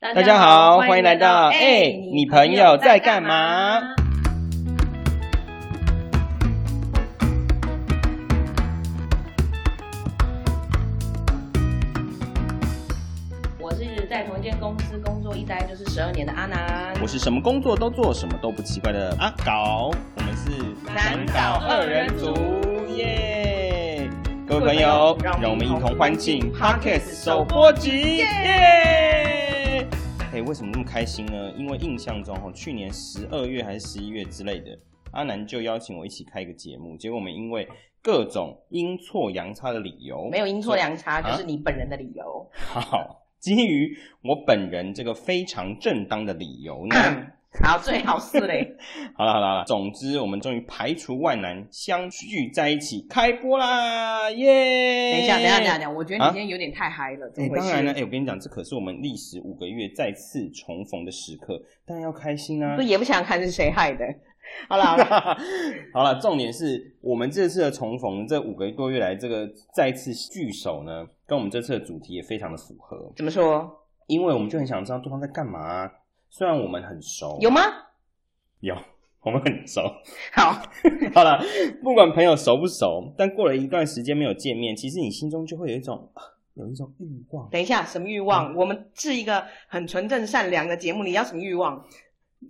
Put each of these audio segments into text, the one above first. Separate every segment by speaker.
Speaker 1: 大
Speaker 2: 大家好，欢迎来到哎，你朋友在干嘛？？
Speaker 1: 我是在同一间公司工作一待就是十二年的阿南，
Speaker 2: 我是什么工作都做，什么都不奇怪的阿搞，我们是
Speaker 1: 南岛二人组
Speaker 2: 耶！各位朋友，
Speaker 1: 各位朋友
Speaker 2: 让我们一同欢庆 Parkes 首播集耶！哎，为什么那么开心呢？因为印象中哦，去年十二月还是十一月之类的，阿南就邀请我一起开一个节目，结果我们因为各种阴错阳差的理由，
Speaker 1: 没有阴错阳差，
Speaker 2: 啊
Speaker 1: 就是你本人的理由。
Speaker 2: 好，基于我本人这个非常正当的理由呢，
Speaker 1: 好，最好是 嘞，
Speaker 2: 好了好了好了，总之我们终于排除万难，相聚在一起开播啦，耶！
Speaker 1: 等一下，等一下，等一下，等一下，我觉得你
Speaker 2: 哎啊
Speaker 1: 今天有点太嗨了，怎
Speaker 2: 哎
Speaker 1: 么回
Speaker 2: 当然了，
Speaker 1: 事？
Speaker 2: 哎、我跟你讲，这可是我们历时五个月再次重逢的时刻，当然要开心啊
Speaker 1: 不！也不想看是谁害的。好了好了，
Speaker 2: 好了，重点是我们这次的重逢，这五个多月来这个再次聚首呢，跟我们这次的主题也非常的符合，
Speaker 1: 怎么说？
Speaker 2: 因为我们就很想知道对方在干嘛啊、虽然我们很熟，
Speaker 1: 有吗？
Speaker 2: 有，我们很熟。
Speaker 1: 好，
Speaker 2: 好了，不管朋友熟不熟，但过了一段时间没有见面，其实你心中就会有一种啊有一种欲望，
Speaker 1: 等一下，什么欲
Speaker 2: 嗯
Speaker 1: 望？我们是一个很纯正善良的节目，你要什么欲望？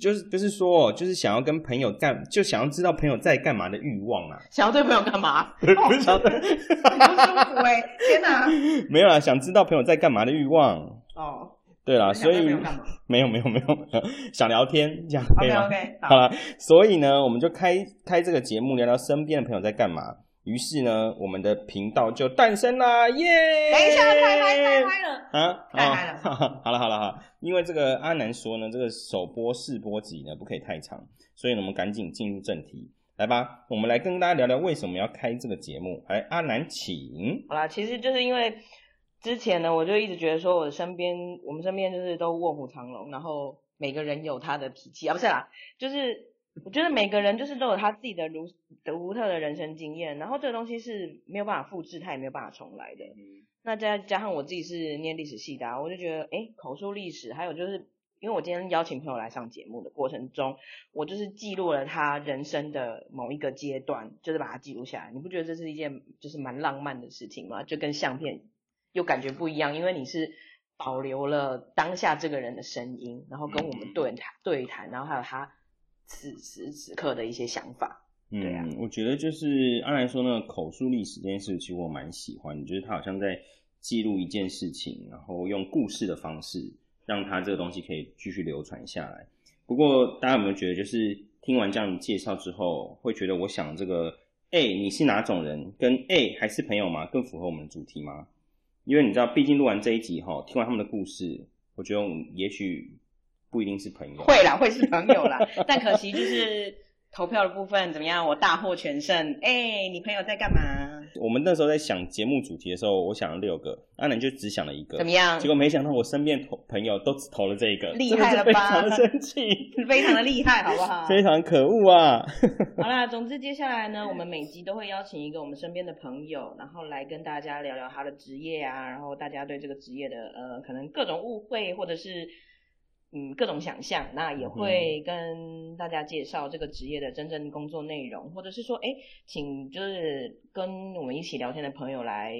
Speaker 2: 就是就是说，就是想要跟朋友干，就想要知道朋友在干嘛的欲望啊，
Speaker 1: 想要对朋友干嘛？
Speaker 2: 不是想
Speaker 1: 不舒服哎、天哪！
Speaker 2: 没有啦，想知道朋友在干嘛的欲望。
Speaker 1: 哦，
Speaker 2: 对啦，啊所
Speaker 1: 想
Speaker 2: 以
Speaker 1: 对朋友干嘛
Speaker 2: 没有没有没有没有想聊天，这样可以
Speaker 1: ？OK
Speaker 2: 吗？
Speaker 1: OK，
Speaker 2: 好
Speaker 1: 好，
Speaker 2: 了，所以呢，我们就开开这个节目，聊聊身边的朋友在干嘛。于是呢，我们的频道就诞生啦，耶！
Speaker 1: 等一下，太嗨太嗨了。
Speaker 2: 啊，
Speaker 1: 太嗨了
Speaker 2: 哦好了好了好了，因为这个阿南说呢，这个首播试播集呢不可以太长，所以呢我们赶紧进入正题，来吧，我们来跟大家聊聊为什么要开这个节目。来，阿南请。
Speaker 1: 好啦，其实就是因为之前呢，我就一直觉得说，我的身边，我们身边就是都卧虎藏龙，然后每个人有他的脾气啊，不是啦，就是我觉得每个人就是都有他自己的独独特的人生经验，然后这个东西是没有办法复制，它也没有办法重来的。那再加上我自己是念历史系的、啊，我就觉得，哎，口述历史，还有就是因为我今天邀请朋友来上节目的过程中，我就是记录了他人生的某一个阶段，就是把它记录下来。你不觉得这是一件就是蛮浪漫的事情吗？就跟相片又感觉不一样，因为你是保留了当下这个人的声音，然后跟我们对谈对谈，然后还有他此时此刻的一些想法。对啊
Speaker 2: 嗯，我觉得就是阿南说呢，口述历史这件事，其实我蛮喜欢，就是他好像在记录一件事情，然后用故事的方式，让他这个东西可以继续流传下来。不过大家有没有觉得，就是听完这样的介绍之后，会觉得我想这个，哎、你是哪种人？跟哎、还是朋友吗？更符合我们的主题吗？因为你知道，毕竟录完这一集哈，听完他们的故事，我觉得我们也许不一定是朋友。
Speaker 1: 会啦，会是朋友啦，但可惜就是投票的部分怎么样，我大获全胜。哎、你朋友在干嘛？
Speaker 2: 我们那时候在想节目主题的时候，我想了六个，阿南就只想了一个
Speaker 1: 怎，么样
Speaker 2: 结？果没想到我身边的朋友都只投了这一个，
Speaker 1: 厉害了吧
Speaker 2: 真的是非常的生气，
Speaker 1: 非常的厉害，好不好？
Speaker 2: 非常可 恶啊！
Speaker 1: 好啦，总之接下来呢，我们每集都会邀请一个我们身边的朋友，然后来跟大家聊聊他的职业啊，然后大家对这个职业的呃，可能各种误会或者是嗯各种想象，那也会跟大家介绍这个职业的真正工作内容，或者是说，哎，请就是跟我们一起聊天的朋友来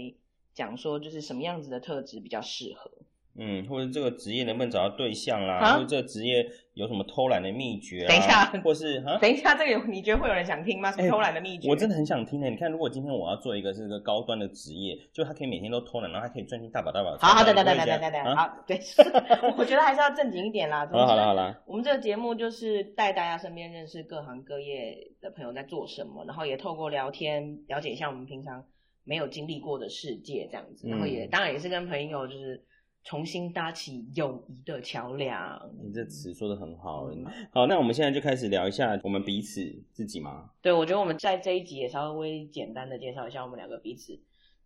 Speaker 1: 讲说，就是什么样子的特质比较适合。
Speaker 2: 嗯，或者这个职业能不能找到对象啦，
Speaker 1: 啊
Speaker 2: 或者这个职业有什么偷懒的秘诀、啊？
Speaker 1: 等一下
Speaker 2: 或是 啊，
Speaker 1: 等一下，这个有你觉得会有人想听吗？什么
Speaker 2: 哎
Speaker 1: 偷懒的秘诀？
Speaker 2: 我真的很想听呢、你看，如果今天我要做一个是一个高端的职业，就他可以每天都偷懒，然后还可以赚进大把大把的钱。
Speaker 1: 好好，等
Speaker 2: 不
Speaker 1: 等
Speaker 2: 会
Speaker 1: 等等
Speaker 2: 这样
Speaker 1: 等等等，
Speaker 2: 啊
Speaker 1: 好，对， 我觉得还是要正经一点啦。总
Speaker 2: 好
Speaker 1: 之
Speaker 2: 好了好了，
Speaker 1: 我们这个节目就是带大家身边认识各行各业的朋友在做什么，然后也透过聊天了解一下我们平常没有经历过的世界，这样子，
Speaker 2: 嗯
Speaker 1: 然后也、当然也是跟朋友就是重新搭起友谊的桥梁。
Speaker 2: 你这词说的很好。嗯好，那我们现在就开始聊一下我们彼此自己吗？
Speaker 1: 对，我觉得我们在这一集也稍微简单的介绍一下我们两个彼此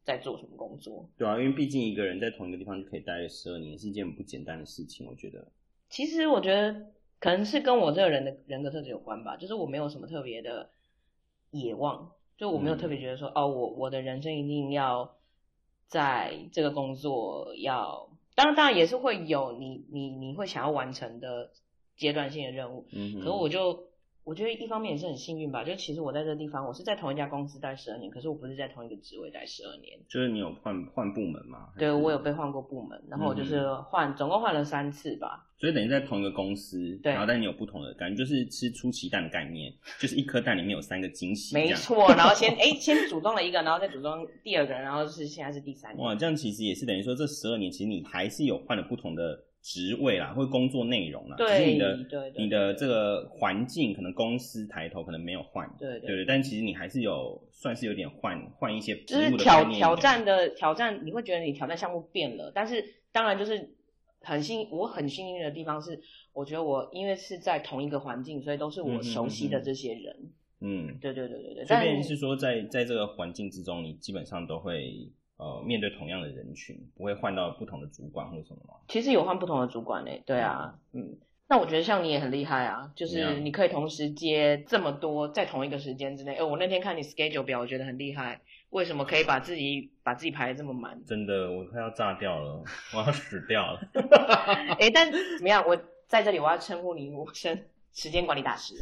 Speaker 1: 在做什么工作。
Speaker 2: 对啊，因为毕竟一个人在同一个地方就可以待十二年，是一件不简单的事情，我觉得。
Speaker 1: 其实我觉得可能是跟我这个人的人格特质有关吧，就是我没有什么特别的野望，就我没有
Speaker 2: 嗯
Speaker 1: 特别觉得说、哦，我我的人生一定要在这个工作要当然，当然也是会有你你你会想要完成的阶段性的任务。
Speaker 2: 嗯哼，
Speaker 1: 可是我就我觉得一方面也是很幸运吧，就其实我在这地方，我是在同一家公司待十二年，可是我不是在同一个职位待十二年。
Speaker 2: 就是你有换换部门嘛？还
Speaker 1: 对
Speaker 2: 是
Speaker 1: 我有被，换过部门，然后我
Speaker 2: 嗯
Speaker 1: 就是换，总共换了三次吧。
Speaker 2: 所以等于在同一个公司，
Speaker 1: 对
Speaker 2: 然后但你有不同的感觉，就是吃出奇蛋的概念，就是一颗蛋里面有三个惊喜，
Speaker 1: 没。错，然后先 哎先组装了一个，然后再组装第二个，然后是现在是第三个。
Speaker 2: 哇，这样其实也是等于说，这十二年其实你还是有换了不同的职位啦，或者工作内容啦，
Speaker 1: 对
Speaker 2: 只是你的
Speaker 1: 对对
Speaker 2: 你的这个环境可能公司抬头可能没有换，
Speaker 1: 对
Speaker 2: 对，但其实你还是有算是有点换换一些职
Speaker 1: 就是
Speaker 2: 务的概
Speaker 1: 挑
Speaker 2: 念
Speaker 1: 挑
Speaker 2: 的
Speaker 1: 战的挑战，你会觉得你挑战项目变了，但是当然就是很幸，我很幸运的地方是，我觉得我因为是在同一个环境，所以都是
Speaker 2: 嗯
Speaker 1: 我
Speaker 2: 哼
Speaker 1: 熟悉
Speaker 2: 嗯
Speaker 1: 的
Speaker 2: 哼
Speaker 1: 这些人。
Speaker 2: 嗯，
Speaker 1: 对对对对对，
Speaker 2: 这
Speaker 1: 但
Speaker 2: 边是说在在这个环境之中，你基本上都会呃面对同样的人群，不会换到不同的主管或什么吗？
Speaker 1: 其实有换不同的主管诶、对啊，嗯。那我觉得像你也很厉害啊，就
Speaker 2: 怎
Speaker 1: 是
Speaker 2: 样？
Speaker 1: 你可以同时接这么多，在同一个时间之内。哎，我那天看你 schedule 表，我觉得很厉害。为什么可以把自己把自己排得这么满
Speaker 2: 真的，我快要炸掉了，我要死掉了。
Speaker 1: 哎，但怎么样？我在这里我要称呼你一声时间管理大师。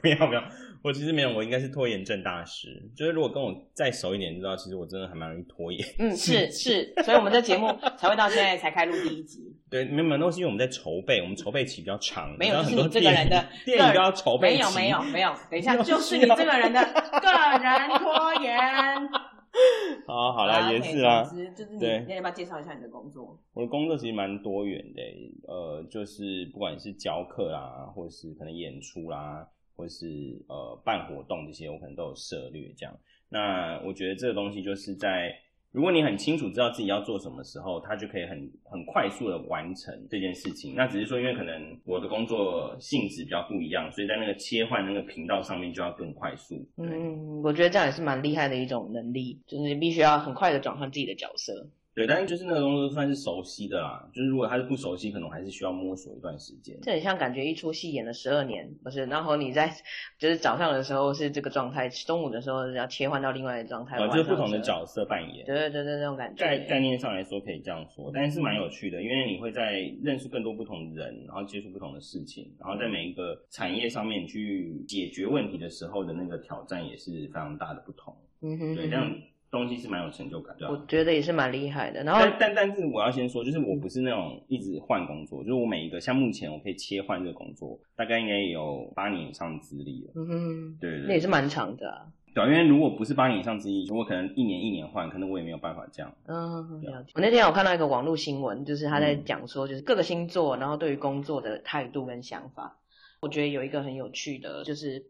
Speaker 2: 不要不要，我其实没有，我应该是拖延症大师。就是如果跟我再熟一点，就知道其实我真的还蛮容易拖延。
Speaker 1: 嗯，是是，所以我们这节目才会到现在才开录第一 集，
Speaker 2: 对，没有没有，那是因为我们在筹备，我们筹备期比较长，
Speaker 1: 没有
Speaker 2: 你知道
Speaker 1: 就是你这个
Speaker 2: 很多电
Speaker 1: 人的
Speaker 2: 电
Speaker 1: 个
Speaker 2: 影
Speaker 1: 人
Speaker 2: 都要筹
Speaker 1: 没
Speaker 2: 备期，
Speaker 1: 有没有没 有，等一下
Speaker 2: 又
Speaker 1: 就是
Speaker 2: 是
Speaker 1: 你
Speaker 2: 要
Speaker 1: 这个人的个人拖延。
Speaker 2: 好好
Speaker 1: 啦
Speaker 2: 啦，也是啦。
Speaker 1: 就是你，
Speaker 2: 对
Speaker 1: 你要不要介绍一下你的工作？
Speaker 2: 我的工作其实蛮多元的欸、呃，就是不管是教课啦，或是可能演出啦，或是呃办活动这些，我可能都有涉略这样。那我觉得这个东西就是在如果你很清楚知道自己要做什么时候，它就可以很很快速的完成这件事情。那只是说，因为可能我的工作性质比较不一样，所以在那个切换那个频道上面就要更快速。对，
Speaker 1: 嗯，我觉得这样也是蛮厉害的一种能力，就是你必须要很快的转换自己的角色。
Speaker 2: 对，但是就是那个东西算是熟悉的啦。就是如果它是不熟悉，可能我还是需要摸索一段时间。
Speaker 1: 这很像感觉一出戏演了十二年，不是？然后你在就是早上的时候是这个状态，中午的时候要切换到另外一个状态，
Speaker 2: 呃，
Speaker 1: 晚
Speaker 2: 就是
Speaker 1: 上
Speaker 2: 不同的
Speaker 1: 时候，
Speaker 2: 角色扮演。
Speaker 1: 对对对对，那种感觉。
Speaker 2: 概概念上来说可以这样说，但是蛮有趣的，因为你会在认识更多不同的人，然后接触不同的事情，然后在每一个产业上面去解决问题的时候的那个挑战也是非常大的不同。
Speaker 1: 嗯哼，
Speaker 2: 对，
Speaker 1: 嗯
Speaker 2: 这
Speaker 1: 哼
Speaker 2: 样东西是蛮有成就感的。啊
Speaker 1: 我觉得也是蛮厉害的。然后
Speaker 2: 但但但是我要先说，就是我不是那种一直换工作，就是我每一个像目前我可以切换这个工作，大概应该有八年以上资历了。
Speaker 1: 嗯哼，
Speaker 2: 对对对，
Speaker 1: 那也是蛮长的啊、
Speaker 2: 对，因为如果不是八年以上资历，我可能一年一年换，可能我也没有办法这样。
Speaker 1: 嗯，
Speaker 2: 对啊
Speaker 1: 了解。我那天有看到一个网络新闻，就是他在
Speaker 2: 嗯
Speaker 1: 讲说，就是各个星座，然后对于工作的态度跟想法。我觉得有一个很有趣的，就是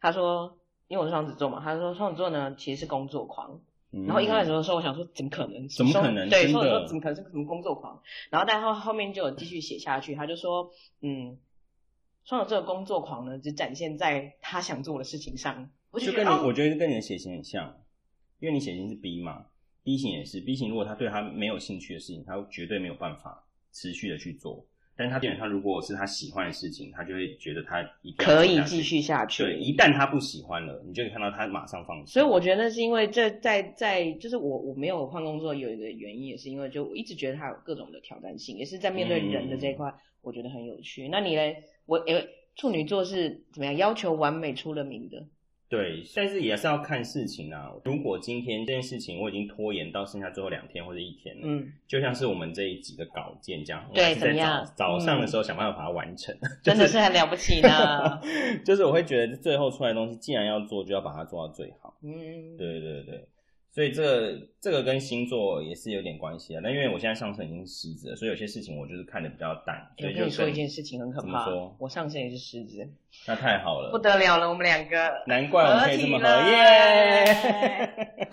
Speaker 1: 他说，因为我是双子座嘛，他说双子座呢其实是工作狂。
Speaker 2: 嗯
Speaker 1: 然后一开始的时候，我想说怎么可能？
Speaker 2: 怎么可能
Speaker 1: 双对，
Speaker 2: 真的
Speaker 1: 双子座怎么可能是什么工作狂？然后但他后面就有继续写下去，他就说，嗯，双子座的工作狂呢，只展现在他想做的事情上。我
Speaker 2: 就
Speaker 1: 觉得
Speaker 2: 跟你，
Speaker 1: 哦
Speaker 2: 我觉得跟你的血型很像，因为你血型是 B 嘛，B 型也是，B 型如果他对他没有兴趣的事情，他绝对没有办法持续的去做。但是他基本上如果是他喜欢的事情，他就会觉得他一定要
Speaker 1: 可
Speaker 2: 做
Speaker 1: 以
Speaker 2: 下去
Speaker 1: 继。续下去。
Speaker 2: 对，一旦他不喜欢了，你就可以看到他马上放弃。
Speaker 1: 所以我觉得是因为这在在就是我我没有换工作有一个原因，也是因为就我一直觉得它有各种的挑战性，也是在面对人的这
Speaker 2: 嗯
Speaker 1: 一块，我觉得很有趣。那你嘞，我诶处女座是怎么样要求完美出了名的？
Speaker 2: 对，但是也是要看事情啊。如果今天这件事情我已经拖延到剩下最后两天或者一天了，
Speaker 1: 嗯，
Speaker 2: 就像是我们这一集的稿件这样，
Speaker 1: 对
Speaker 2: 我还是
Speaker 1: 怎么
Speaker 2: 在早
Speaker 1: 样
Speaker 2: 早上的
Speaker 1: 嗯
Speaker 2: 时候想办法把它完成。
Speaker 1: 真的是很了不起呢。
Speaker 2: 就是我会觉得最后出来的东西，既然要做，就要把它做到最好。
Speaker 1: 嗯，
Speaker 2: 对对对，所以这个这个跟星座也是有点关系啊。那因为我现在上升已经狮子了，所以有些事情我就是看的比较淡，
Speaker 1: 诶
Speaker 2: 所
Speaker 1: 我
Speaker 2: 以就
Speaker 1: 跟你说
Speaker 2: 跟
Speaker 1: 一件事情很可
Speaker 2: 怎么
Speaker 1: 怕
Speaker 2: 说，呃
Speaker 1: 我上身也是狮子，
Speaker 2: 那太好
Speaker 1: 不
Speaker 2: 了。
Speaker 1: 得了了，我们两个。
Speaker 2: 难怪我们可以这么合耶！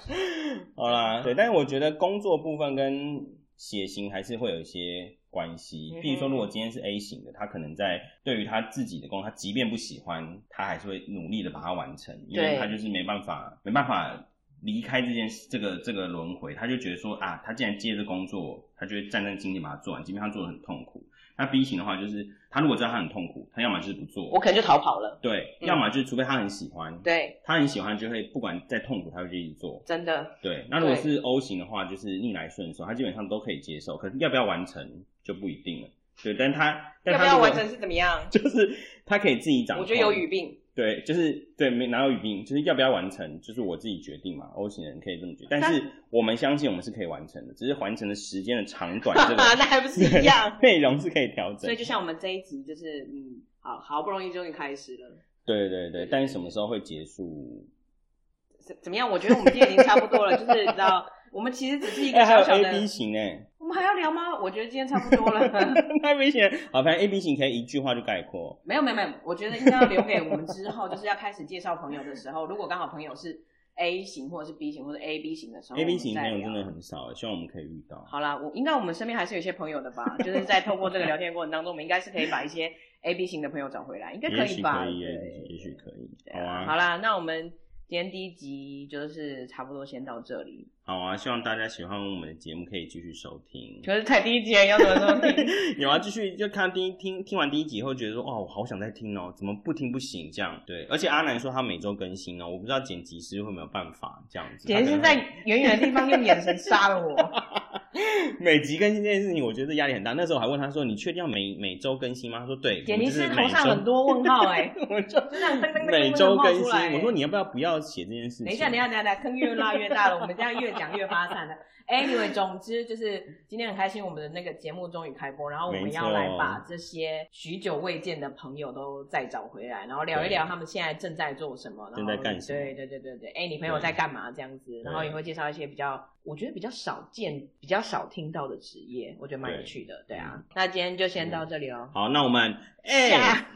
Speaker 2: 好啦，对，但是我觉得工作部分跟血型还是会有一些关系
Speaker 1: 嗯。哼
Speaker 2: 比如说，如果今天是 A 型的，他可能在对于他自己的工作，他即便不喜欢，他还是会努力的把它完成，因为
Speaker 1: 对
Speaker 2: 他就是没办法，没办法离开这件事，这个这个轮回，他就觉得说啊，他既然接着工作，他就会战战兢兢地把它做完，即便他做的很痛苦。那 B 型的话，就是他如果知道他很痛苦，他要么就是不做，
Speaker 1: 我可能就逃跑了。
Speaker 2: 对，
Speaker 1: 嗯
Speaker 2: 要么就是除非他很喜欢，
Speaker 1: 对，
Speaker 2: 他很喜欢就会不管再痛苦，他就一直做。
Speaker 1: 真的，
Speaker 2: 对，那如果
Speaker 1: 对
Speaker 2: 是 O 型的话，就是逆来顺受，他基本上都可以接受，可是要不要完成就不一定了。对，但他但
Speaker 1: 要
Speaker 2: 他
Speaker 1: 不要
Speaker 2: 如果
Speaker 1: 完成是怎么样？
Speaker 2: 就是他可以自己掌控。
Speaker 1: 我觉得有语病，
Speaker 2: 对，就是对，没哪有语病，就是要不要完成，就是我自己决定嘛。O 型人可以这么决定，但是我们相信我们是可以完成的，只是完成的时间的长短这个？
Speaker 1: 那还不是一样
Speaker 2: 内容是可以调整
Speaker 1: 所以。就像我们这一集，就是嗯，好好不容易终于开始了，
Speaker 2: 对对对，但是什么时候会结束？
Speaker 1: 怎怎么样？我觉得我们今天已经差不多了，就是你知道，我们其实只是一
Speaker 2: 哎、
Speaker 1: 个
Speaker 2: 还有
Speaker 1: 小小
Speaker 2: A B
Speaker 1: 的，
Speaker 2: 型 哎、
Speaker 1: 我们还要聊吗？我觉得今天差不多 了。
Speaker 2: 那 A B 型好，反正 A B 型可以一句话就概括。
Speaker 1: 没有没有没有，我觉得应该要留给我们之后，就是要开始介绍朋友的时候，如果刚好朋友是 A 型或者是 B 型或者 AB 型的时候
Speaker 2: A B 型
Speaker 1: 我
Speaker 2: 朋
Speaker 1: 们再
Speaker 2: 友
Speaker 1: 聊
Speaker 2: 真的很少，欸希望我们可以遇到。
Speaker 1: 好啦，我应该我们身边还是有一些朋友的吧，就是在透过这个聊天过程当中，我们应该是可以把一些 A B 型的朋友找回来，应该可
Speaker 2: 也
Speaker 1: 以
Speaker 2: 许
Speaker 1: 吧？
Speaker 2: 可以，也许
Speaker 1: 对
Speaker 2: 也许可以。
Speaker 1: 对
Speaker 2: 好
Speaker 1: 啊，
Speaker 2: 啊
Speaker 1: 好，啦，那我们今天第一集就是差不多先到这里。
Speaker 2: 好啊，希望大家喜欢我们的节目，可以继续收听。
Speaker 1: 可是才第一集而已，要怎么收听？
Speaker 2: 有啊，继续就看第一听听完第一集以后，觉得说哦，我好想再听哦，怎么不听不行这样？对，而且阿南说他每周更新哦，我不知道剪辑师会没有办法这样子。
Speaker 1: 简直是
Speaker 2: 他
Speaker 1: 在
Speaker 2: 可能会
Speaker 1: 远远的地方用眼神杀了我。
Speaker 2: 每集更新这件事情，我觉得压力很大。那时候我还问他说：“你确定要每每周更新吗？”他说：“对。”
Speaker 1: 剪辑师
Speaker 2: 我们
Speaker 1: 头
Speaker 2: 就是每
Speaker 1: 上很，多
Speaker 2: 周
Speaker 1: 问号哎、
Speaker 2: 我们就
Speaker 1: 就这样噔噔噔噔噔
Speaker 2: 每周
Speaker 1: 冒
Speaker 2: 更
Speaker 1: 出来欸
Speaker 2: 新。我说你要不要不要写这件事情？
Speaker 1: 等一下，等一下，等一下，坑越拉越大了，我们这样越讲越发 散了。Anyway，总之就是今天很开心，我们的那个节目终于开播，然后我们
Speaker 2: 没错
Speaker 1: 要来把这些许久未见的朋友都再找回来，然后聊一聊他们现在正在做什么，然后
Speaker 2: 正在干什么
Speaker 1: 对对对对对，哎，你朋友在干嘛这样子，然后也会介绍一些比较我觉得比较少见、比较少听到的职业，我觉得蛮有趣的。对啊，那今天就先到这里哦。
Speaker 2: 好，那我们哎，
Speaker 1: 下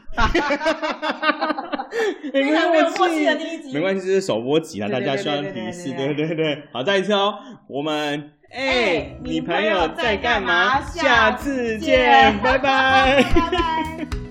Speaker 1: 非常没有默契的第一集，
Speaker 2: 没关系，这是首播集啦，大
Speaker 1: 对对
Speaker 2: 家需要
Speaker 1: 对对
Speaker 2: 提示，
Speaker 1: 对
Speaker 2: 对
Speaker 1: 对
Speaker 2: 对对。好，再一次哦，我们哎
Speaker 1: 哎，
Speaker 2: 你
Speaker 1: 你
Speaker 2: 朋
Speaker 1: 朋友
Speaker 2: 友
Speaker 1: 在
Speaker 2: 在
Speaker 1: 干
Speaker 2: 干
Speaker 1: 嘛
Speaker 2: 嘛？
Speaker 1: 下
Speaker 2: 下次
Speaker 1: 见
Speaker 2: 见，拜拜。
Speaker 1: 拜拜。